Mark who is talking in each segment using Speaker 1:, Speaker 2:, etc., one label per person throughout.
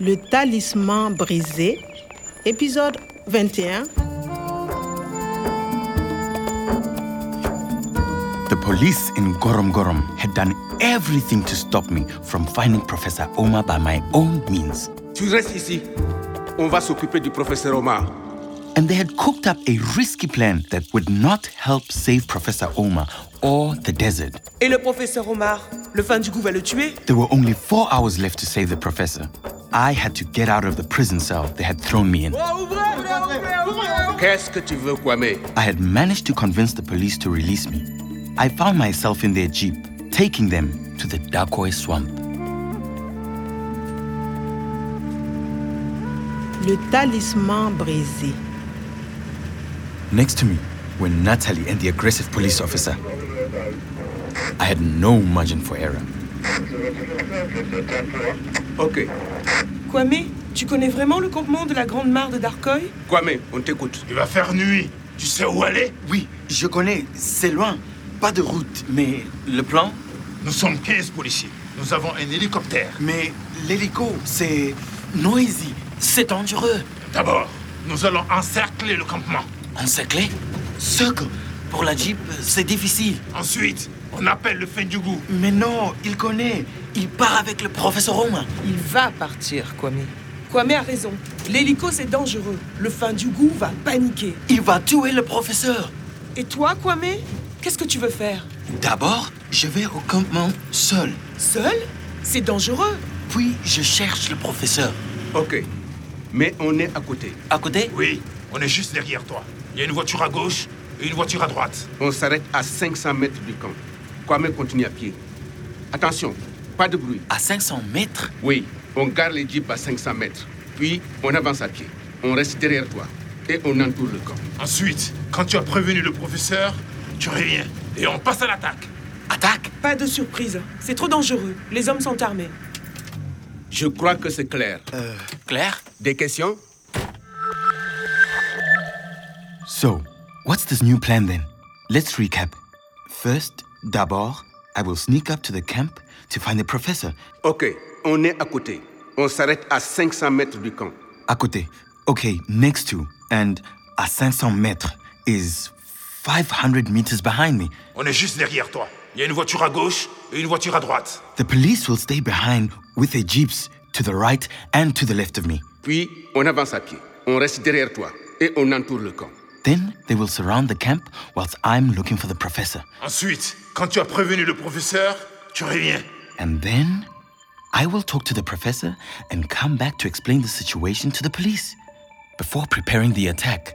Speaker 1: Le talisman brisé, épisode 21.
Speaker 2: The police in Gorom Gorom had done everything to stop me from finding Professor Omar by my own means.
Speaker 3: Tu restes ici. On va s'occuper du professeur Omar.
Speaker 2: And they had cooked up a risky plan that would not help save Professor Omar or the desert.
Speaker 4: Et le professeur Omar, le fan du goût va le tuer
Speaker 2: There were only four hours left to save the professor. I had to get out of the prison cell they had thrown me in.
Speaker 3: Qu'est-ce que tu veux, Kwame
Speaker 2: I had managed to convince the police to release me. I found myself in their jeep, taking them to the Dakoy swamp.
Speaker 1: Le talisman brisé.
Speaker 2: Next to me were Natalie and the aggressive police officer. I had no margin for error.
Speaker 3: Ok.
Speaker 4: Kwame, tu connais vraiment le campement de la Grande Mare de Darkoy
Speaker 3: Kwame, on t'écoute.
Speaker 5: Il va faire nuit. Tu sais où aller
Speaker 2: Oui, je connais, c'est loin, pas de route. Mais le plan
Speaker 5: Nous sommes 15 policiers. Nous avons un hélicoptère.
Speaker 2: Mais l'hélico, c'est noisy, c'est dangereux.
Speaker 5: D'abord, nous allons encercler le campement.
Speaker 2: Encerclé Circle Pour la Jeep, c'est difficile.
Speaker 5: Ensuite, on appelle le fin du goût.
Speaker 2: Mais non, il connaît. Il part avec le professeur Romain.
Speaker 4: Il va partir, Kwame. Kwame a raison. L'hélico, c'est dangereux. Le fin du goût va paniquer.
Speaker 2: Il va tuer le professeur.
Speaker 4: Et toi, Kwame Qu'est-ce que tu veux faire
Speaker 2: D'abord, je vais au campement seul.
Speaker 4: Seul C'est dangereux.
Speaker 2: Puis je cherche le professeur.
Speaker 3: Ok. Mais on est à côté.
Speaker 2: À côté
Speaker 5: Oui, on est juste derrière toi. Il y a une voiture à gauche et une voiture à droite.
Speaker 3: On s'arrête à 500 mètres du camp. Kwame continue à pied. Attention, pas de bruit.
Speaker 2: À 500 mètres
Speaker 3: Oui, on garde les jeeps à 500 mètres. Puis, on avance à pied. On reste derrière toi. Et on entoure le camp.
Speaker 5: Ensuite, quand tu as prévenu le professeur, tu reviens et on passe à l'attaque.
Speaker 2: Attaque
Speaker 4: Pas de surprise. C'est trop dangereux. Les hommes sont armés.
Speaker 3: Je crois que c'est clair.
Speaker 2: Euh, Claire
Speaker 3: Des questions
Speaker 2: So, what's this new plan then? Let's recap. First, d'abord, I will sneak up to the camp to find the professor.
Speaker 3: Ok, on est à côté. On s'arrête à 500 mètres du camp.
Speaker 2: À côté. Okay, next to and à 500 mètres is 500 meters behind me.
Speaker 5: On est juste derrière toi. Il y a une voiture à gauche et une voiture à droite.
Speaker 2: The police will stay behind with their jeeps to the right and to the left of me.
Speaker 3: Puis, on avance à pied. On reste derrière toi. Et on entoure le camp.
Speaker 2: Then they will surround the camp whilst I'm looking for the professor.
Speaker 5: Ensuite, quand tu as prévenu le professeur, tu reviens.
Speaker 2: And then I will talk to the professor and come back to explain the situation to the police before preparing the attack.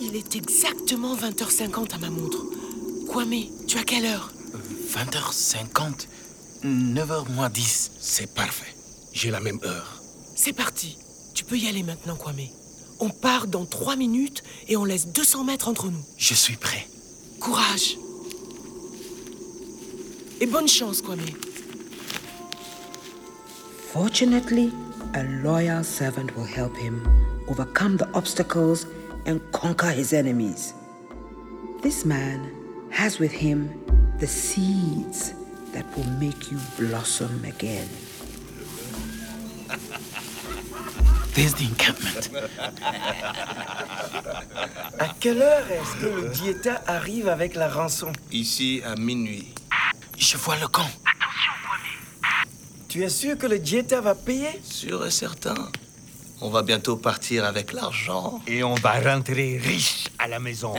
Speaker 4: Il est exactement 20h50 à ma montre. Kwame, tu as quelle heure
Speaker 2: 20h50, 9h moins 10.
Speaker 3: C'est parfait. J'ai la même heure.
Speaker 4: C'est parti. Tu peux y aller maintenant, Kwame. On part dans 3 minutes et on laisse 200 mètres entre nous.
Speaker 2: Je suis prêt.
Speaker 4: Courage. Et bonne chance, Kwame.
Speaker 6: Fortunately, a loyal servant will help him overcome the obstacles and conquer his enemies. This man has with him the seeds that will make you blossom again.
Speaker 2: There's the encampment.
Speaker 7: À quelle heure est-ce que le diéta arrive avec la rançon
Speaker 8: Ici à minuit.
Speaker 2: Je vois le camp.
Speaker 7: Tu es sûr que le diéta va payer
Speaker 8: Sûr et certain. On va bientôt partir avec l'argent.
Speaker 9: Et on va rentrer riche à la maison.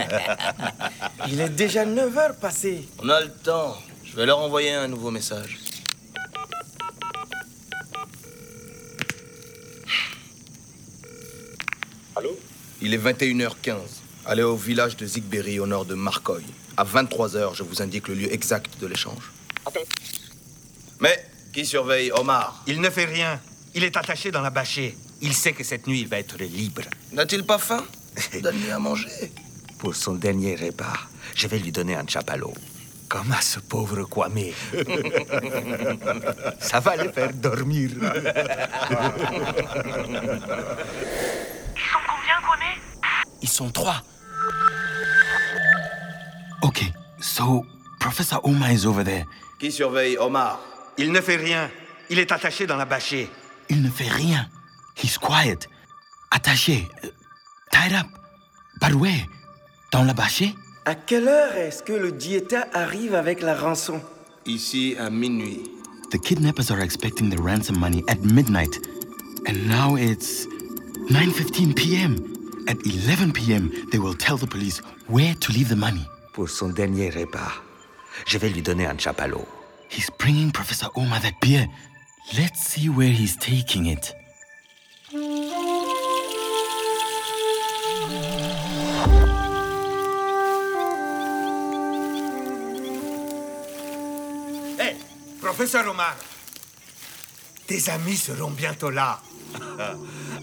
Speaker 7: Il est déjà 9 heures passées.
Speaker 8: On a le temps. Je vais leur envoyer un nouveau message. Il est 21h15. Allez au village de Zigberry au nord de Marcoy. À 23h, je vous indique le lieu exact de l'échange. Mais qui surveille Omar
Speaker 9: Il ne fait rien. Il est attaché dans la bâchée. Il sait que cette nuit, il va être libre.
Speaker 8: N'a-t-il pas faim Donne-lui à manger.
Speaker 9: Pour son dernier repas, je vais lui donner un chapalot. Comme à ce pauvre Kwame. Ça va le faire dormir.
Speaker 2: Ils sont trois. Okay, so Professor Oma is over there.
Speaker 8: Qui surveille Omar
Speaker 9: Il ne fait rien. Il est attaché dans la bâchée.
Speaker 2: Il ne fait rien. He's quiet. Attaché. euh, Tied up. But where? Dans la bâchée?
Speaker 7: À quelle heure est-ce que le diéta arrive avec la rançon
Speaker 8: Ici à minuit.
Speaker 2: The kidnappers are expecting the ransom money at midnight. And now it's 9:15 p.m. At 11 p.m., they will tell the police where to leave the money.
Speaker 9: Pour son dernier repas, je vais lui donner un chapalot.
Speaker 2: He's bringing Professor Oma that beer. Let's see where he's taking it.
Speaker 9: Hé, professeur Omar, tes amis seront bientôt là.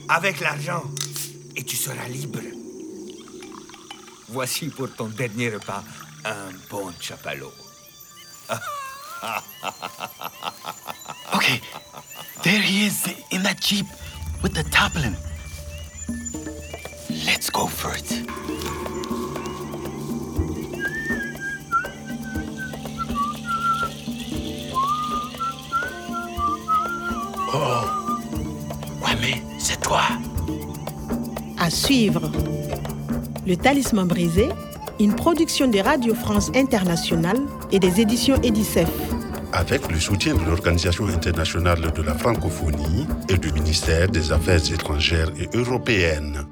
Speaker 9: Avec l'argent, et tu seras libre. Voici pour ton dernier repas un bon chapalot.
Speaker 2: Okay, there he is in that jeep with the tarpaulin. Let's go for it.
Speaker 1: À suivre. Le Talisman brisé, une production de Radio France Internationale et des éditions Edicef.
Speaker 10: Avec le soutien de l'Organisation internationale de la francophonie et du ministère des Affaires étrangères et européennes.